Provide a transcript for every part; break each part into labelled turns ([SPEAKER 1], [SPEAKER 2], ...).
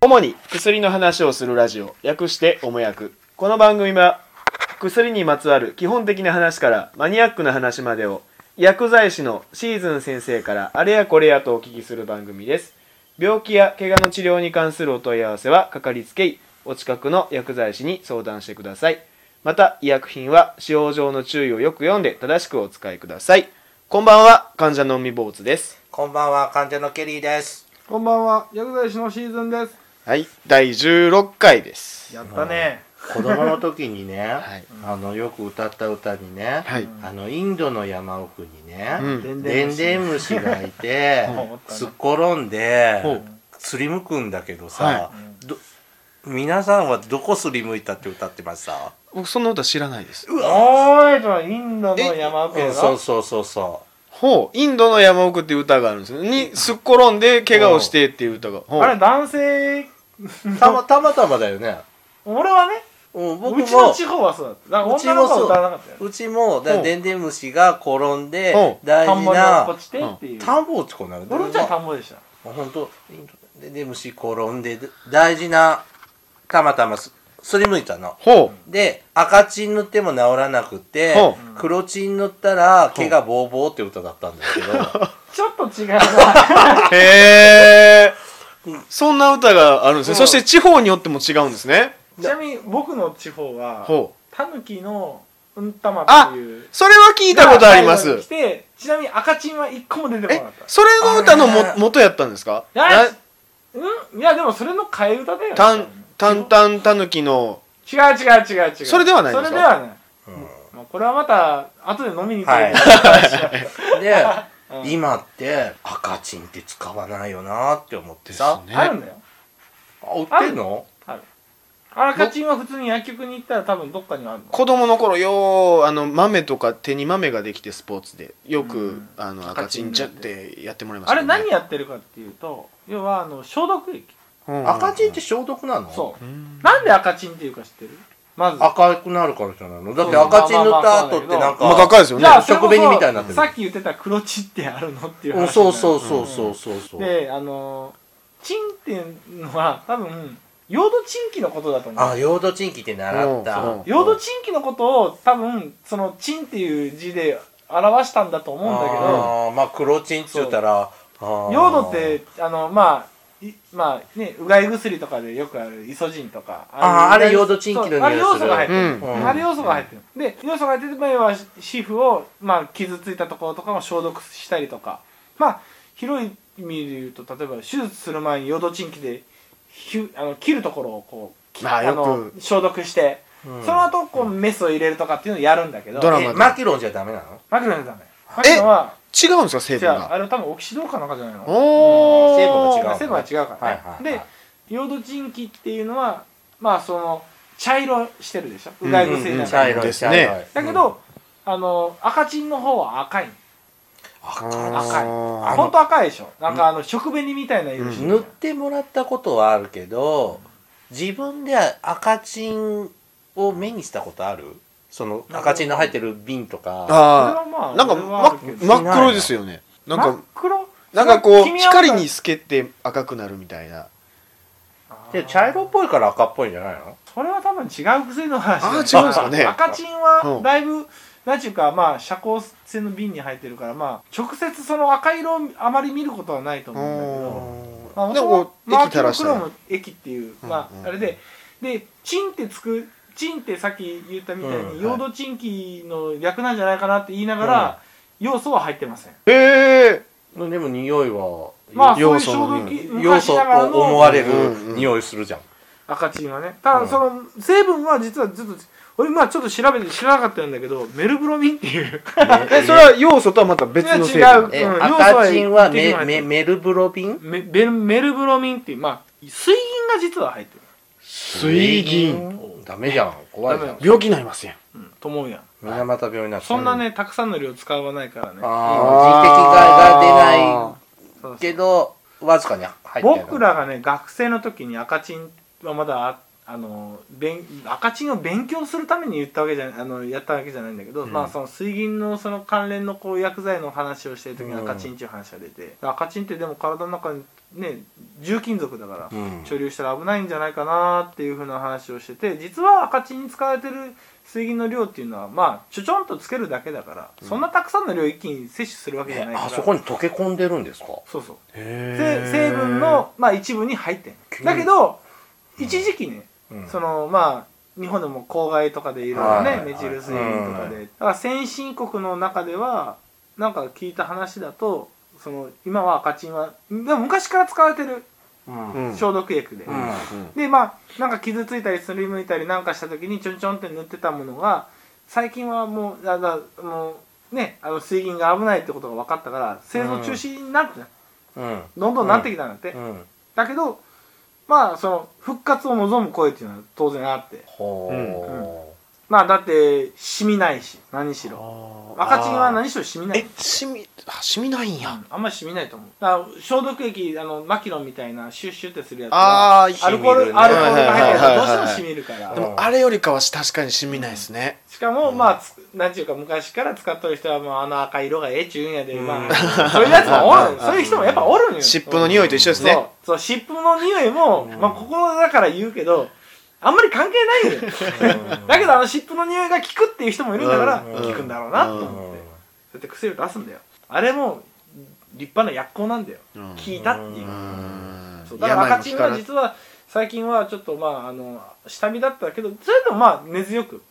[SPEAKER 1] 主に薬の話をするラジオ略しておもやくこの番組は薬にまつわる基本的な話からマニアックな話までを薬剤師のシーズン先生からあれやこれやとお聞きする番組です病気や怪我の治療に関するお問い合わせはかかりつけ医お近くの薬剤師に相談してくださいまた医薬品は使用上の注意をよく読んで正しくお使いくださいこんばんは患者のみ坊主です
[SPEAKER 2] こんばんは、患者のケリーです。
[SPEAKER 3] こんばんは、薬剤師のシーズンです。
[SPEAKER 1] はい第16回です
[SPEAKER 3] やったね。
[SPEAKER 2] 子供の時にね、
[SPEAKER 1] い
[SPEAKER 2] あのよく歌った歌にね、
[SPEAKER 1] はい
[SPEAKER 2] あのインドの山奥にね、
[SPEAKER 1] うん
[SPEAKER 2] でんでん虫がいて
[SPEAKER 3] うん
[SPEAKER 2] すっ転んで
[SPEAKER 1] ほう
[SPEAKER 2] すりむくんだけどさ、
[SPEAKER 1] は
[SPEAKER 2] ど皆さんはどこすりむいたって歌ってました
[SPEAKER 1] 僕そんな歌知らないです
[SPEAKER 2] う
[SPEAKER 3] おーいと、インドの山奥
[SPEAKER 2] え
[SPEAKER 3] や
[SPEAKER 2] そう
[SPEAKER 3] ろ
[SPEAKER 2] そうそうそ
[SPEAKER 1] ほうインドの山奥っていう歌があるんですよにすっ転んで怪我をしてっていう歌がほう
[SPEAKER 3] あれ、男性、
[SPEAKER 2] うたまたまたまだよね
[SPEAKER 3] 俺はね、
[SPEAKER 2] うん僕
[SPEAKER 3] うち
[SPEAKER 2] も
[SPEAKER 3] の地方はそうだった。だから
[SPEAKER 2] うち
[SPEAKER 3] 女
[SPEAKER 2] も
[SPEAKER 3] の子は
[SPEAKER 2] そう
[SPEAKER 3] 歌わなかったよ。
[SPEAKER 2] うちもだから
[SPEAKER 1] うん
[SPEAKER 2] でんでん虫が転んで
[SPEAKER 1] う
[SPEAKER 2] 大
[SPEAKER 3] 田
[SPEAKER 2] 事
[SPEAKER 3] んぼに落っ
[SPEAKER 2] な
[SPEAKER 3] こちてっていう。
[SPEAKER 2] 田んぼ落ちこなる
[SPEAKER 3] 俺のうちは田んぼでした。
[SPEAKER 2] 本当でで虫転んでで大事なたまたますすりむいたの
[SPEAKER 1] ほ
[SPEAKER 2] で赤チン塗っても治らなくて
[SPEAKER 1] ほ
[SPEAKER 2] 黒チン塗ったら毛がボーボーって歌だったんですけど
[SPEAKER 3] ちょっと違うな。
[SPEAKER 1] うへえそんな歌があるんですねそして地方によっても違うんですね
[SPEAKER 3] ちなみに僕の地方は、
[SPEAKER 1] ほう
[SPEAKER 3] タヌキのうんたまっていう。
[SPEAKER 1] それは聞いたことありま
[SPEAKER 3] が
[SPEAKER 1] す
[SPEAKER 3] 来て、ちなみに赤チンは一個も出てこな
[SPEAKER 1] え
[SPEAKER 3] かった。
[SPEAKER 1] それの歌 のも元やったんですか
[SPEAKER 3] あ
[SPEAKER 1] な
[SPEAKER 3] うんいや、でもそれの替え歌だよ。
[SPEAKER 1] たんたんたんたぬきの
[SPEAKER 3] 違う違う違う違う。
[SPEAKER 1] それではないん
[SPEAKER 3] そ
[SPEAKER 1] です
[SPEAKER 3] れ
[SPEAKER 1] か
[SPEAKER 3] ではない。まあ、これはまた後で飲みに行こう
[SPEAKER 2] はいで、
[SPEAKER 3] うん
[SPEAKER 2] 今って赤チンって使わないよなって思ってさ、
[SPEAKER 1] ですね
[SPEAKER 3] あるんだよ
[SPEAKER 2] あ売ってんの
[SPEAKER 3] 赤チンは普通に薬局に行ったら多分どっかにあるの
[SPEAKER 1] 子供の頃ようあの豆とか手に豆ができてスポーツでよく、
[SPEAKER 3] うん
[SPEAKER 1] あの赤
[SPEAKER 3] 赤
[SPEAKER 1] チ
[SPEAKER 3] チ
[SPEAKER 1] ン
[SPEAKER 3] ン
[SPEAKER 1] ちゃってやってもらいまし
[SPEAKER 3] あ
[SPEAKER 1] た、ね、
[SPEAKER 3] れ何やってるかっていうと要はあの消毒液
[SPEAKER 1] うん
[SPEAKER 2] 赤チンって消毒なの
[SPEAKER 3] そううんなんで赤チンっていうか知ってるまず
[SPEAKER 2] 赤くなるからじゃないのだって
[SPEAKER 3] そう
[SPEAKER 2] 赤チン塗った後ってなん
[SPEAKER 1] まあ高
[SPEAKER 2] か
[SPEAKER 1] いですよね
[SPEAKER 3] じゃあ
[SPEAKER 2] 食紅みたいになってる
[SPEAKER 3] さっき言ってた黒チンってあるのっていう話
[SPEAKER 2] うんそうそうそうそうそうそう
[SPEAKER 3] であのチンっていうのは多分ヨードチンキのことだと思う
[SPEAKER 2] あ、ヨードチンキって習っ
[SPEAKER 1] うん
[SPEAKER 2] た。
[SPEAKER 3] ヨードチンキのことを多分そのチンっていう字で表したんだと思うんだけど
[SPEAKER 2] あーまあ黒チンっつったらヨ
[SPEAKER 3] ヨードってあのまあいまあねうがい薬とかでよくあるイソジンとか
[SPEAKER 2] あーあれヨード
[SPEAKER 3] チ
[SPEAKER 2] チ
[SPEAKER 3] ン
[SPEAKER 2] ンキの匂い
[SPEAKER 3] あれ要
[SPEAKER 2] す
[SPEAKER 3] 素
[SPEAKER 2] る
[SPEAKER 3] が入ってる、
[SPEAKER 1] うん
[SPEAKER 2] うん
[SPEAKER 3] あれ要素が入ってる、で要素が入ってる場合は皮膚を、まあ、傷ついたところとかも消毒したりとかまあ広い意味で言うと例えば手術する前にヨードチンキでひゅあの切るところをこうき
[SPEAKER 1] まあよく
[SPEAKER 3] の消毒して、
[SPEAKER 2] うん
[SPEAKER 3] その後こうメスを入れるとかっていうのをやるんだけど
[SPEAKER 1] ドラマ
[SPEAKER 2] えマキロンじゃダメなの
[SPEAKER 3] マキロンじゃダメマキロンは
[SPEAKER 1] 違うんですか成
[SPEAKER 3] じ
[SPEAKER 1] 分
[SPEAKER 3] ゃあ
[SPEAKER 1] が
[SPEAKER 3] あれは多分オキシドーかなんかじゃないの
[SPEAKER 1] おお
[SPEAKER 2] 成分が違う
[SPEAKER 3] 成分は違うからね、
[SPEAKER 2] はいはいはい
[SPEAKER 3] でヨードチンキっていうのはまあその茶色してるでしょうがい
[SPEAKER 1] うん
[SPEAKER 3] 薬
[SPEAKER 1] う
[SPEAKER 3] なんんか
[SPEAKER 1] 茶色ですね
[SPEAKER 3] だけど、あの赤チンの方は赤い
[SPEAKER 2] 赤
[SPEAKER 3] 赤い
[SPEAKER 2] あの
[SPEAKER 3] ほんと赤いでしょなんかあの食紅みたいな色してる
[SPEAKER 2] 塗ってもらったことはあるけど自分で赤チンを目にしたことあるその赤チンの入ってる瓶とか
[SPEAKER 1] あ
[SPEAKER 3] ま
[SPEAKER 1] あなんか
[SPEAKER 3] 俺はあ
[SPEAKER 1] ま
[SPEAKER 3] るけど
[SPEAKER 1] 真っ黒ですよねなん
[SPEAKER 3] 真
[SPEAKER 1] か
[SPEAKER 3] っ黒
[SPEAKER 1] なんかこう
[SPEAKER 3] それは君は
[SPEAKER 1] 光に透けて赤くなるみたいな
[SPEAKER 3] あー
[SPEAKER 2] で茶色っぽいから赤っぽいんじゃないの
[SPEAKER 3] それは多分違う薬の話だよ
[SPEAKER 1] あー違うんですかね
[SPEAKER 3] 赤チンはだいぶなんちゅうかまあ遮光性の瓶に入ってるからまあ直接その赤色をあまり見ることはないと思うんだけどまあ、
[SPEAKER 1] で
[SPEAKER 3] で
[SPEAKER 1] も
[SPEAKER 3] も
[SPEAKER 1] こう
[SPEAKER 3] マ
[SPEAKER 1] 液
[SPEAKER 3] ーキ
[SPEAKER 1] 垂
[SPEAKER 3] ュ
[SPEAKER 1] ら
[SPEAKER 3] ロ
[SPEAKER 1] し
[SPEAKER 3] ク
[SPEAKER 1] た
[SPEAKER 3] ロ
[SPEAKER 1] ら
[SPEAKER 3] ム液っていう、ま
[SPEAKER 1] うんうん
[SPEAKER 3] あ、あれで、で、チンってつく、チンってさっき言ったみたいに、
[SPEAKER 2] うん
[SPEAKER 3] ヨードチンキの略なんじゃないかなって言いながら、要素は入ってません。
[SPEAKER 1] へえ
[SPEAKER 2] でも匂いは
[SPEAKER 3] まあ、そうい
[SPEAKER 1] 要
[SPEAKER 3] う
[SPEAKER 1] 素
[SPEAKER 3] 衝
[SPEAKER 1] の
[SPEAKER 3] 撃、
[SPEAKER 2] 要
[SPEAKER 3] 昔
[SPEAKER 2] 素
[SPEAKER 3] ながら
[SPEAKER 2] と思わ
[SPEAKER 3] の
[SPEAKER 2] れる
[SPEAKER 1] うんうん
[SPEAKER 2] 匂いするじゃん
[SPEAKER 3] 赤チンはね。た
[SPEAKER 2] う
[SPEAKER 3] だ、
[SPEAKER 2] ん
[SPEAKER 3] その成分は実はずっと、俺、まあ、ちょっと調べて知らなかったんだけど、メルブロミンっていう。
[SPEAKER 1] えそれは要素とはまた別の成分
[SPEAKER 3] い
[SPEAKER 2] え
[SPEAKER 3] や違ううん要素
[SPEAKER 2] 赤
[SPEAKER 3] は
[SPEAKER 2] チンは
[SPEAKER 3] 一滴
[SPEAKER 2] メ
[SPEAKER 3] も入って
[SPEAKER 2] メ
[SPEAKER 3] る
[SPEAKER 2] メルブロビン
[SPEAKER 3] メベルメルブロミンっていう、まあ、水銀が実は入ってる。
[SPEAKER 1] 水銀
[SPEAKER 2] ダメじゃん怖いじゃ
[SPEAKER 3] ダ
[SPEAKER 2] ん
[SPEAKER 3] メ
[SPEAKER 1] 病気になりますやん
[SPEAKER 3] うん、と思うやん。
[SPEAKER 2] みんなまた病院になっちゃう
[SPEAKER 3] そんなね、たくさんの量使わないからね。
[SPEAKER 2] ああ人的害が出ない
[SPEAKER 3] そうそう
[SPEAKER 2] けどわずかに入ってる
[SPEAKER 3] 僕らがね学生の時に赤チンはまだああの勉赤チンを勉強するために言ったわけじゃあのやったわけじゃないんだけど、
[SPEAKER 2] うん
[SPEAKER 3] まあその水銀のその関連のこう薬剤の話をしてる時に赤チンっていう話が出て、赤チンってでも体の中にね重金属だから、
[SPEAKER 2] うん
[SPEAKER 3] 貯留したら危ないんじゃないかなっていうふうな話をしてて実は赤チンに使われてる水銀の量っていうのはまあちょちょんとつけるだけだから、そんなたくさんの量一気に摂取するわけじゃないから、
[SPEAKER 2] あそこに溶け込んでるんですか
[SPEAKER 3] そうそうで
[SPEAKER 2] へ
[SPEAKER 3] 成分の、まあ、一部に入ってんだけど一時期ね、
[SPEAKER 2] うん
[SPEAKER 3] そのまあ日本でも公害とかでいろいろ
[SPEAKER 2] はい
[SPEAKER 3] ね
[SPEAKER 2] はい
[SPEAKER 3] メチル水銀とか
[SPEAKER 2] う
[SPEAKER 3] でだから先進国の中ではなんか聞いた話だとその今は赤チンはでも昔から使われてる
[SPEAKER 2] うん
[SPEAKER 1] うん
[SPEAKER 3] 消毒液で、
[SPEAKER 2] うん
[SPEAKER 3] でまあなんか傷ついたりすりむいたりなんかした時にちょんちょんって塗ってたものが最近はもうあだもうねあの水銀が危ないってことが分かったから製造中止になってない
[SPEAKER 2] うん
[SPEAKER 3] どんどんなってきたんだって、
[SPEAKER 2] うん
[SPEAKER 3] だけどまあその復活を望む声っていうのは当然あって
[SPEAKER 2] ほう
[SPEAKER 3] まあだって染みないし何しろ
[SPEAKER 1] あ
[SPEAKER 3] 赤チンは何しろ染みない
[SPEAKER 1] えしみあしみないんや
[SPEAKER 3] あんまり染みないと思うだから消毒液あのマキロンみたいなシュッシュってするやつは
[SPEAKER 1] あー
[SPEAKER 3] アルコー
[SPEAKER 2] 染みる
[SPEAKER 3] ル、
[SPEAKER 2] ね
[SPEAKER 3] アルコールが入ってる
[SPEAKER 1] はい
[SPEAKER 3] と
[SPEAKER 1] は
[SPEAKER 3] ど
[SPEAKER 1] いうはいは
[SPEAKER 3] して
[SPEAKER 1] い
[SPEAKER 3] も染みるから、
[SPEAKER 1] でもあれよりかは確かにしみないですね
[SPEAKER 3] しかも、まあつなんていうか昔から使っとる人はもうあの赤い色がええっちゅうんやで、まあそういうやつも おるそういう人もやっぱおるんよ
[SPEAKER 1] 湿布の匂いと一緒ですね
[SPEAKER 3] そうそう湿布の匂いも、まあここだから言うけどあんまり関係ないよだけどあの湿布の匂いが効くっていう人もいるんだから
[SPEAKER 1] うん
[SPEAKER 3] 効くんだろうなと思って、
[SPEAKER 2] うん
[SPEAKER 3] そうやって薬を出すんだよあれも立派な薬効なんだよ、
[SPEAKER 1] うん
[SPEAKER 3] 効いたっていう、
[SPEAKER 1] うん
[SPEAKER 3] そうだから赤
[SPEAKER 1] 病
[SPEAKER 3] チ
[SPEAKER 1] に
[SPEAKER 3] ン
[SPEAKER 1] かか
[SPEAKER 3] は
[SPEAKER 1] ら
[SPEAKER 3] 実は最近はちょっとまああの下火だったけどそれでもまあ根強く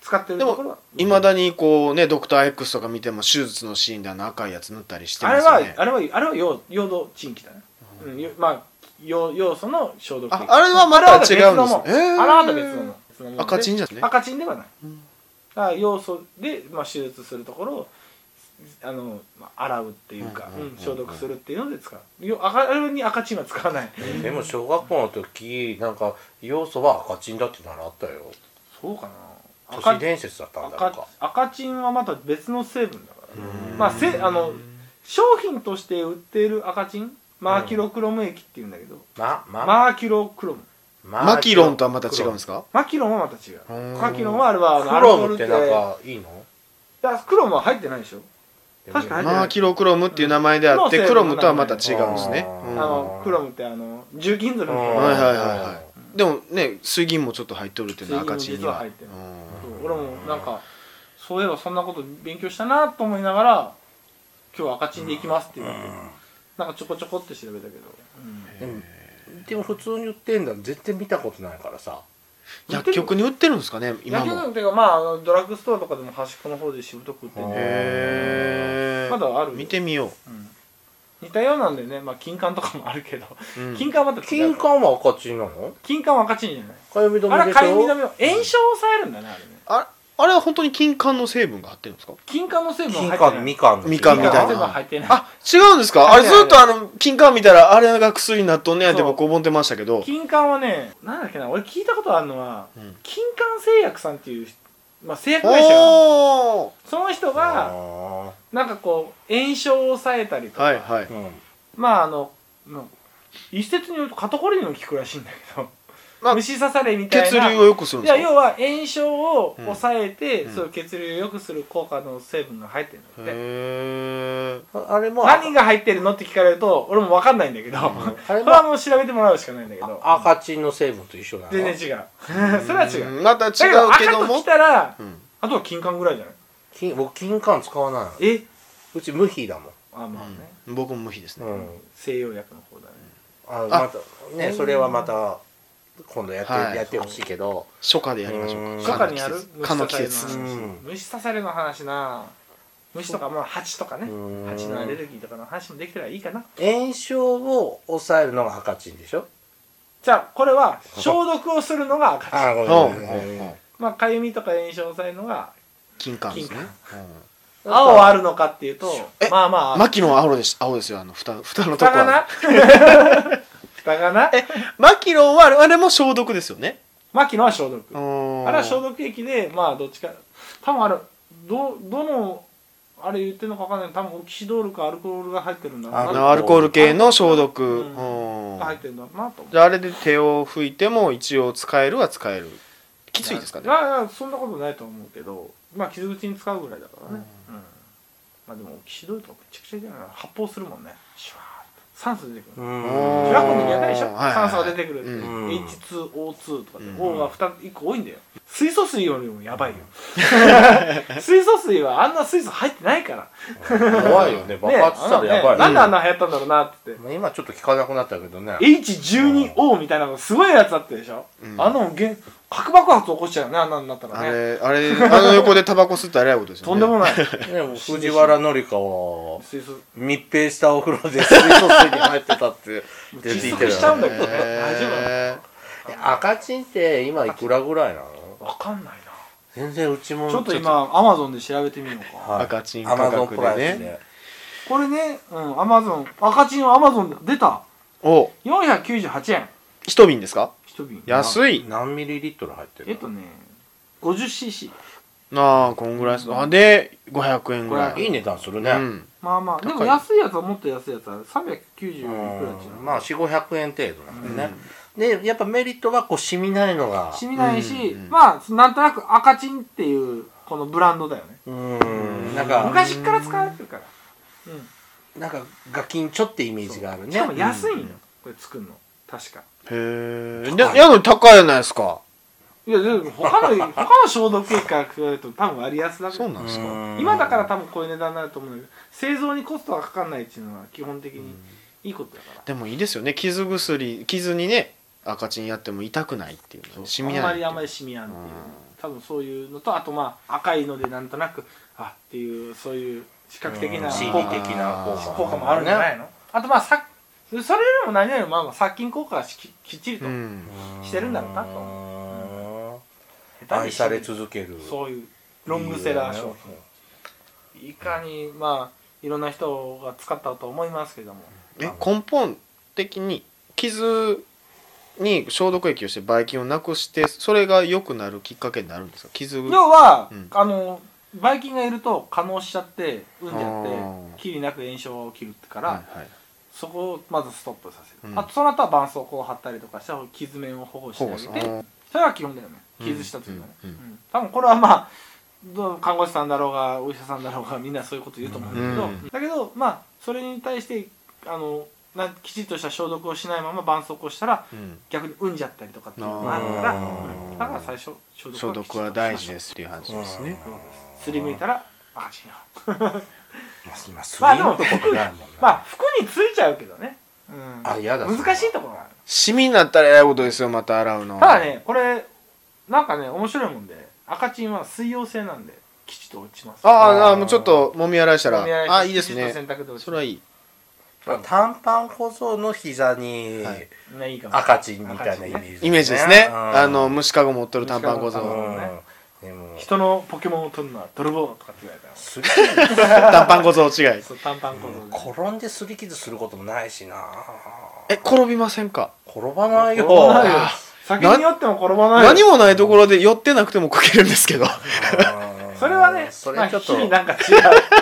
[SPEAKER 3] 使ってる
[SPEAKER 1] で
[SPEAKER 3] ところ
[SPEAKER 1] も
[SPEAKER 3] はい
[SPEAKER 1] まだにこうねドクター X とか見ても手術のシーンであの赤いやつ塗ったりして
[SPEAKER 3] あ
[SPEAKER 1] ま
[SPEAKER 3] れ
[SPEAKER 1] すよ
[SPEAKER 3] は
[SPEAKER 1] ね
[SPEAKER 3] あれはあれは用用土鎮気だね、うんよまあ要要素の消毒
[SPEAKER 1] ああれはまた違うんですね
[SPEAKER 3] あれ
[SPEAKER 1] へー
[SPEAKER 3] はまた別のもん別のもの
[SPEAKER 1] 赤チン
[SPEAKER 3] で
[SPEAKER 1] じゃね
[SPEAKER 3] 赤チンではない、
[SPEAKER 1] うん
[SPEAKER 3] だから要素で、まあ、手術するところをあの、まあ、洗うっていうか、
[SPEAKER 1] うんうんうんうん
[SPEAKER 3] うん消毒するっていうので使うよ赤あれに赤チンは使わない
[SPEAKER 2] でも小学校の時なんか要素は赤チンだって習ったよ
[SPEAKER 3] そうかな
[SPEAKER 2] 都
[SPEAKER 3] 赤
[SPEAKER 2] 市伝説だったんだろう
[SPEAKER 3] 赤
[SPEAKER 2] か
[SPEAKER 3] 赤チンはまた別の成分だからねまあせあの商品として売っている赤チンマーキロクロム液っていうんだけど、
[SPEAKER 2] まま
[SPEAKER 3] マーキロクロム
[SPEAKER 1] マキロンとはまた違うんです
[SPEAKER 2] か
[SPEAKER 1] か
[SPEAKER 3] マキロンはまた違
[SPEAKER 1] う
[SPEAKER 3] うんマキロンはあれはあの
[SPEAKER 2] クロムってなんかいいの
[SPEAKER 3] だからクロムは入ってないでしょ確か入ってない
[SPEAKER 1] マーキロクロムっていう名前であって
[SPEAKER 3] うん
[SPEAKER 1] クロムとはまた違うんですね
[SPEAKER 2] う
[SPEAKER 1] うんん
[SPEAKER 3] あのクロムってあの重金属の
[SPEAKER 1] はいはい
[SPEAKER 3] そ
[SPEAKER 1] はいはいでもね水銀もちょっと入っとるっていうのは赤チンには
[SPEAKER 3] 水銀も実は
[SPEAKER 1] うん
[SPEAKER 3] う俺もなんかそういえばそんなこと勉強したなと思いながら今日は赤チンで行きますって言われてなんかちょこちょこって調べたけど
[SPEAKER 2] でもでも普通に売ってんだ全然見たことないからさ
[SPEAKER 1] 薬局に売ってるんですかね今
[SPEAKER 3] 薬局
[SPEAKER 1] も
[SPEAKER 3] っていうかまああのドラッグストアとかでも端っこの方でしぶとく売ってんね
[SPEAKER 1] へえ
[SPEAKER 3] まだあるよ
[SPEAKER 1] 見てみよ
[SPEAKER 3] 似たようなんでねまあ金柑とかもあるけど
[SPEAKER 1] ううん
[SPEAKER 3] 金柑はまた違
[SPEAKER 2] 金
[SPEAKER 3] う
[SPEAKER 2] 柑は赤チンなの
[SPEAKER 3] 金柑は赤チンじゃない
[SPEAKER 2] かゆみ止
[SPEAKER 3] あ
[SPEAKER 2] めで
[SPEAKER 3] れは
[SPEAKER 2] しょ
[SPEAKER 3] かゆみ止めの炎症を抑えるんだねあれね
[SPEAKER 1] ああれは本当に金柑の成分が入ってるんですか
[SPEAKER 3] 金柑の成分
[SPEAKER 2] 金
[SPEAKER 3] は入って
[SPEAKER 2] 柑
[SPEAKER 3] ない
[SPEAKER 2] みかんの
[SPEAKER 1] みかんみたいな
[SPEAKER 3] 金柑の成分は入ってない
[SPEAKER 1] あ違うんですかあ
[SPEAKER 3] 入っ
[SPEAKER 1] れ
[SPEAKER 3] てない
[SPEAKER 1] ずっとあの金柑見たらあれが薬になっとんねやって
[SPEAKER 3] そう
[SPEAKER 1] 僕思ってましたけど
[SPEAKER 3] 金柑はねなんだっけな俺聞いたことあるのは、
[SPEAKER 1] うん
[SPEAKER 3] 金柑製薬さんっていう、まあ、製薬
[SPEAKER 1] お
[SPEAKER 3] 会社がある
[SPEAKER 1] お
[SPEAKER 3] その人が
[SPEAKER 2] あ
[SPEAKER 3] なんかこう炎症を抑えたりと
[SPEAKER 1] ー
[SPEAKER 3] か、
[SPEAKER 1] はいはい
[SPEAKER 2] ーうん
[SPEAKER 3] まああのの一説によると肩こりにも効くらしいんだけど、
[SPEAKER 1] まあ
[SPEAKER 3] 虫刺されみたいな
[SPEAKER 1] 血流を良くするん
[SPEAKER 3] い
[SPEAKER 1] です
[SPEAKER 3] や
[SPEAKER 1] か
[SPEAKER 3] 要は炎症を抑えて、
[SPEAKER 1] うん
[SPEAKER 3] そう血流を良くする効果の成分が入ってるんだって、
[SPEAKER 1] へ
[SPEAKER 2] ああれも
[SPEAKER 3] 何が入ってるのって聞かれると俺も分かんないんだけど、 こ
[SPEAKER 2] あれ
[SPEAKER 3] れ
[SPEAKER 2] も
[SPEAKER 3] はもう調べてもらうしかないんだけど
[SPEAKER 2] あ赤チンの成分と一緒なの
[SPEAKER 3] 全然違うそれは違
[SPEAKER 1] え
[SPEAKER 3] う、
[SPEAKER 1] また違う
[SPEAKER 3] だけど
[SPEAKER 1] けど
[SPEAKER 3] 赤と
[SPEAKER 1] も
[SPEAKER 3] きたら、
[SPEAKER 1] うん
[SPEAKER 3] あとは金柑ぐらいじゃない
[SPEAKER 2] 金僕金柑使わないの
[SPEAKER 3] え
[SPEAKER 2] うち無比だもん
[SPEAKER 3] あまあね、
[SPEAKER 1] 僕も無比ですね
[SPEAKER 2] うん
[SPEAKER 3] 西洋薬の方だね
[SPEAKER 2] あまたねそれはまた今度やって
[SPEAKER 1] はい
[SPEAKER 2] やってほしいけど
[SPEAKER 1] 初夏でやりましょ
[SPEAKER 2] う
[SPEAKER 1] うんか
[SPEAKER 3] 初夏にやる
[SPEAKER 1] 蚊の季
[SPEAKER 3] 虫
[SPEAKER 1] 節
[SPEAKER 3] 刺されの話
[SPEAKER 2] うん
[SPEAKER 3] 虫刺されの話な虫とかまあ蜂とかね
[SPEAKER 2] うん
[SPEAKER 3] 蜂のアレルギーとかの話もできたらいいかな
[SPEAKER 2] 炎症を抑えるのが赤チンでしょ
[SPEAKER 3] じゃあこれは消毒をするのが赤ちゃん
[SPEAKER 2] あご
[SPEAKER 1] う
[SPEAKER 2] め
[SPEAKER 1] ん
[SPEAKER 2] んご
[SPEAKER 1] う
[SPEAKER 2] めん
[SPEAKER 1] ん
[SPEAKER 2] ご
[SPEAKER 1] う
[SPEAKER 2] めん
[SPEAKER 1] ん
[SPEAKER 3] まあかゆみとか炎症を抑えるのが
[SPEAKER 1] 金柑ですね
[SPEAKER 3] 金
[SPEAKER 1] うん
[SPEAKER 3] 青はあるのかっていうとまあまあ
[SPEAKER 1] マキロン青です青ですよあの蓋蓋のと
[SPEAKER 3] 蓋
[SPEAKER 1] こ
[SPEAKER 3] がな
[SPEAKER 1] は
[SPEAKER 3] 蓋がな
[SPEAKER 1] マキロンはあれも消毒ですよね
[SPEAKER 3] マキのは消毒
[SPEAKER 1] あれ
[SPEAKER 3] あれは消毒液でまあどっちか多分あれどどのあれ言ってるのか分かんないけど多分オキシドールかアルコールが入ってるんだろ
[SPEAKER 2] あ
[SPEAKER 3] う
[SPEAKER 2] の
[SPEAKER 3] な
[SPEAKER 1] アルコール系の消毒、
[SPEAKER 3] うん
[SPEAKER 1] うん
[SPEAKER 3] 入ってるんだろうなと思う
[SPEAKER 1] じゃああれで手を拭いても一応使えるは使えるきついですかね
[SPEAKER 3] やいやそんなことないと思うけどまあ傷口に使うぐらいだからねうん、まあでもオキシドールとかめちゃくちゃ痛いな発泡するもんねシュワーって酸素出てくる
[SPEAKER 1] うん
[SPEAKER 3] ドラゴンのやばいでしょ、
[SPEAKER 1] はいはいはい
[SPEAKER 3] 酸素が出てくるって、
[SPEAKER 1] うん
[SPEAKER 3] H2O2 とかで、
[SPEAKER 1] うん
[SPEAKER 3] O が2つ1個多いんだよ水素水よりもやば いよ水素水はあんな水素入ってないから
[SPEAKER 2] 怖いよね。爆発したらやばいよ
[SPEAKER 3] ねあ
[SPEAKER 2] ね
[SPEAKER 3] んなねなんであんな流行ったんだろうなってって、
[SPEAKER 2] まあ今ちょっと聞かなくなったけどね。
[SPEAKER 3] H12O みたいなのすごいやつだったでしょ、
[SPEAKER 1] うん
[SPEAKER 3] あのげん核爆発起こしちゃうよねあんなになった
[SPEAKER 1] あ
[SPEAKER 3] らね
[SPEAKER 1] れあれあの横でタバコ吸ったらえらいことですよね
[SPEAKER 3] とんでもない
[SPEAKER 2] でも藤原紀香は
[SPEAKER 3] 水素
[SPEAKER 2] 密閉したお風呂で水素水に入ってたって 出て
[SPEAKER 3] 窒
[SPEAKER 2] いて
[SPEAKER 3] 息
[SPEAKER 2] る
[SPEAKER 3] しちゃうんだ
[SPEAKER 2] よ
[SPEAKER 3] け
[SPEAKER 2] ね。
[SPEAKER 3] どね大丈夫なの
[SPEAKER 1] え
[SPEAKER 2] え赤チンって今いくらぐらいなの
[SPEAKER 3] わかんないな
[SPEAKER 2] 全然うちも
[SPEAKER 3] ちょっと今アマゾンで調べてみようか、
[SPEAKER 1] ー赤チン価格でね
[SPEAKER 3] これねうんアマゾン赤チンはアマゾンで出た
[SPEAKER 1] お
[SPEAKER 3] 498円
[SPEAKER 1] 一瓶ですか
[SPEAKER 3] 一瓶
[SPEAKER 1] 安い
[SPEAKER 2] 何ミリリットル入ってる
[SPEAKER 3] えっとね 50cc
[SPEAKER 1] ああこんぐらいですあで500円ぐら
[SPEAKER 3] 500
[SPEAKER 1] い
[SPEAKER 2] いい値段する
[SPEAKER 1] う
[SPEAKER 2] ね、うん
[SPEAKER 1] ん
[SPEAKER 3] まあまあでも
[SPEAKER 1] 高い
[SPEAKER 3] 安いやつはもっと安いやつは390いくらっちゃう
[SPEAKER 2] まあ4500円程度なんでね、でやっぱメリットはこう染みないのが
[SPEAKER 3] 染みないし、
[SPEAKER 1] うんうん
[SPEAKER 3] まあなんとなく赤チンっていうこのブランドだよね
[SPEAKER 2] うんなんか
[SPEAKER 3] 昔っから使われてるから、うん
[SPEAKER 2] なんかガキンチョってイメージがあるね
[SPEAKER 3] しかも安いんよ、これ作るの確か
[SPEAKER 1] へえでやのに高いじゃないですか
[SPEAKER 3] いやでも他の 他の消毒液から比べると多分割安だけど
[SPEAKER 1] そうなんですか
[SPEAKER 3] 今だから多分こういう値段になると思うんだけど製造にコストがかかんないっていうのは基本的にいいことだから、
[SPEAKER 1] でもいいですよね傷薬傷にね赤チンやっても痛くないっていうのね染み
[SPEAKER 3] あんま
[SPEAKER 1] ない
[SPEAKER 3] りあんまり
[SPEAKER 1] し
[SPEAKER 3] 染みやんっていう、
[SPEAKER 1] うん
[SPEAKER 3] 多分そういうのとあとまあ赤いのでなんとなくあっていうそういう視覚的な
[SPEAKER 2] うん CD
[SPEAKER 3] 効果
[SPEAKER 2] 的な効果
[SPEAKER 3] 効果もあるんじゃないの、あとまあさそれよりも何よりもまあまあ殺菌効果がしききっちりと、
[SPEAKER 1] うん
[SPEAKER 3] してるんだろうなと
[SPEAKER 2] と
[SPEAKER 3] 下手
[SPEAKER 2] 愛
[SPEAKER 3] に
[SPEAKER 2] され続ける
[SPEAKER 3] そういうロングセラー商品いかにまあいろんな人が使ったと思いますけども
[SPEAKER 1] え根本的に傷に消毒液をしてばい菌をなくしてそれが良くなるきっかけになるんですか傷
[SPEAKER 3] 要は、
[SPEAKER 1] うん
[SPEAKER 3] あのばい菌がいると化膿しちゃってうんじ
[SPEAKER 1] あ
[SPEAKER 3] ゃって
[SPEAKER 1] ー
[SPEAKER 3] きりなく炎症が起きるってから、
[SPEAKER 1] はいはい
[SPEAKER 3] そこをまずストップさせる、
[SPEAKER 1] うん
[SPEAKER 3] あとその後は絆創膏を貼ったりとかして傷面を保護して
[SPEAKER 1] ほ
[SPEAKER 3] あ
[SPEAKER 1] ぼ
[SPEAKER 3] げて
[SPEAKER 1] そ
[SPEAKER 3] そうれが基本だよね
[SPEAKER 1] うん
[SPEAKER 3] 傷した時はね、
[SPEAKER 1] うんうん
[SPEAKER 3] うん多分これはまあどう看護師さんだろうがお医者さんだろうがみんなそういうこと言うと思うんだけど、
[SPEAKER 1] うん
[SPEAKER 3] だけどまあそれに対してあのなんきちっとした消毒をしないまま絆創膏をしたら
[SPEAKER 1] うん
[SPEAKER 3] 逆にうんじゃったりとかっていうのがあるから
[SPEAKER 2] うん
[SPEAKER 3] だから最初消毒
[SPEAKER 1] 消毒は大事ですすっていう話ですね
[SPEAKER 3] すりむいたらあ違う
[SPEAKER 2] まあ、す
[SPEAKER 3] まあ
[SPEAKER 2] り
[SPEAKER 3] でも
[SPEAKER 2] むくことないもんね、
[SPEAKER 3] まあ服についちゃうけどね、うん、
[SPEAKER 2] あ嫌だ
[SPEAKER 3] 難しいところがある
[SPEAKER 1] シミになったらえらいことですよまた洗うの
[SPEAKER 3] ただねこれなんかね面白いもんで赤チンは水溶性なんできちっと落ちます
[SPEAKER 1] ああああもうちょっと揉み洗いしたら
[SPEAKER 3] お見合
[SPEAKER 1] あいい
[SPEAKER 3] で
[SPEAKER 1] ですす
[SPEAKER 3] きちっと
[SPEAKER 1] ね
[SPEAKER 3] 洗濯で落ち
[SPEAKER 1] それはいい
[SPEAKER 2] まあ短パンこその膝に
[SPEAKER 1] はい
[SPEAKER 3] ねいいかも
[SPEAKER 2] 赤チンみたいなイメージ、
[SPEAKER 1] イメージですね
[SPEAKER 2] うん
[SPEAKER 1] あの虫かご持ってる短パン小
[SPEAKER 3] 虫かご
[SPEAKER 1] 僧
[SPEAKER 2] うん、でも
[SPEAKER 3] 人のポケモンを取るのは泥棒とかって言われたら
[SPEAKER 2] すり
[SPEAKER 1] 短パン小僧違い
[SPEAKER 3] そう短パン構造で
[SPEAKER 2] 転んですり傷することもないしな
[SPEAKER 1] え転びませんか
[SPEAKER 2] 転ばないよ
[SPEAKER 3] 転ばないよ
[SPEAKER 2] あ
[SPEAKER 3] 酒によっても転ばない
[SPEAKER 1] 何もないところで寄ってなくてもこけるんですけど
[SPEAKER 2] ー
[SPEAKER 3] それはね
[SPEAKER 2] そ
[SPEAKER 3] ま
[SPEAKER 2] れ
[SPEAKER 3] あ
[SPEAKER 2] ちょっ
[SPEAKER 3] 日
[SPEAKER 2] と
[SPEAKER 3] 々なんか違う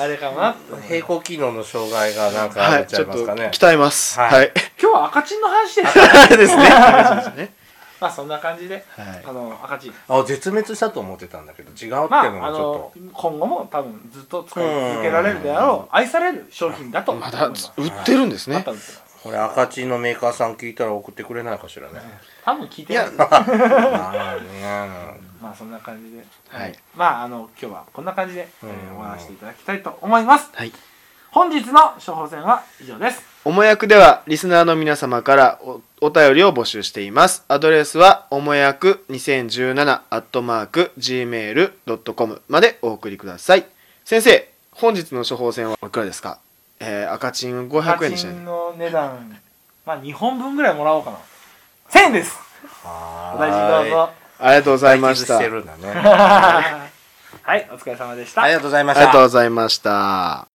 [SPEAKER 3] あれかもなって
[SPEAKER 2] 平行機能の障害がなんか
[SPEAKER 1] は
[SPEAKER 2] 出
[SPEAKER 1] い
[SPEAKER 2] ちゃ
[SPEAKER 1] ちょ
[SPEAKER 2] い
[SPEAKER 1] っ
[SPEAKER 2] ま
[SPEAKER 1] と
[SPEAKER 2] すかね、
[SPEAKER 1] 鍛えます
[SPEAKER 2] はい
[SPEAKER 1] はい
[SPEAKER 3] 今日は赤チンの話ですよ
[SPEAKER 1] あれ ですねはいね
[SPEAKER 3] まあそんな感じで
[SPEAKER 1] はい
[SPEAKER 3] あの赤チン
[SPEAKER 2] あ絶滅したと思ってたんだけど違うっていうの
[SPEAKER 3] ま
[SPEAKER 2] が
[SPEAKER 3] あ
[SPEAKER 2] ちょっと、
[SPEAKER 3] あの今後も多分ずっと使い続けられるであろう愛される商品だと思い
[SPEAKER 1] ま
[SPEAKER 3] ます
[SPEAKER 1] だ売ってるんです
[SPEAKER 3] ま
[SPEAKER 1] ね
[SPEAKER 3] た売ってます
[SPEAKER 2] これ赤チンのメーカーさん聞いたら送ってくれないかし らね。
[SPEAKER 3] 多分聞い
[SPEAKER 1] い
[SPEAKER 3] てない
[SPEAKER 1] や
[SPEAKER 2] まあね
[SPEAKER 3] まあそんな感じで
[SPEAKER 1] はい
[SPEAKER 3] まああの今日はこんな感じで、えー
[SPEAKER 2] うん
[SPEAKER 3] 終わらせていただきたいと思います
[SPEAKER 1] はい
[SPEAKER 3] 本日の処方箋は以上です
[SPEAKER 1] おもやくではリスナーの皆様からおお便りを募集しています。アドレスはおもやく2017アットマーク gmail.com までお送りください。先生、本日の処方箋はいくらですかえー、赤チン500円でした
[SPEAKER 3] 家賃
[SPEAKER 1] ね。
[SPEAKER 3] の値段まあ2本分ぐらいもらおうかな1000円です
[SPEAKER 2] は
[SPEAKER 3] お
[SPEAKER 2] ーい
[SPEAKER 3] 大事にどうぞ
[SPEAKER 1] ありがとうございました。
[SPEAKER 2] 大事にして
[SPEAKER 1] あ
[SPEAKER 2] るんだね。あ
[SPEAKER 3] はいお疲れ様でした
[SPEAKER 2] りがとうございまし
[SPEAKER 1] りがとう
[SPEAKER 2] た。
[SPEAKER 1] ございました。